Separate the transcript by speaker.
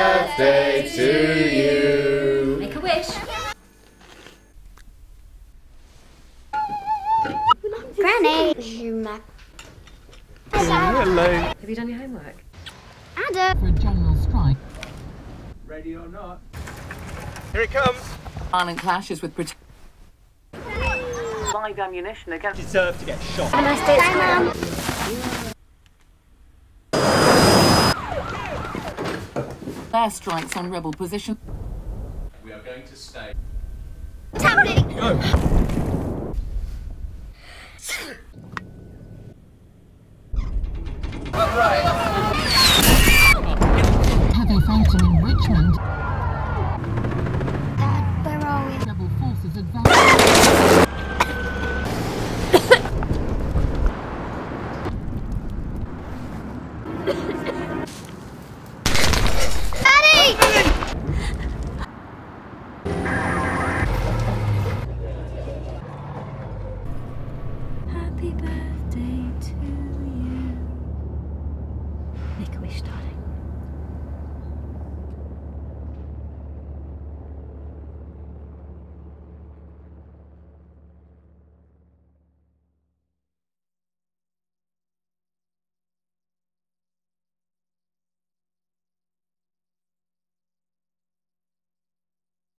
Speaker 1: birthday to you.
Speaker 2: Make a wish.
Speaker 3: Granny. You ma-
Speaker 2: Have you done your homework?
Speaker 3: Adam.
Speaker 4: Ready or not.
Speaker 5: Arnon clashes with Brit-
Speaker 6: Live ammunition against
Speaker 4: Deserve to get shot.
Speaker 3: Have a nice day. Bye, Mum.
Speaker 5: airstrikes on rebel position.
Speaker 1: We are going to stay.
Speaker 3: What's happening?
Speaker 4: Go.
Speaker 7: Heather Fountain in Richmond.
Speaker 3: Dad, where are we?
Speaker 7: Rebel forces advance.
Speaker 3: Daddy! Happy birthday.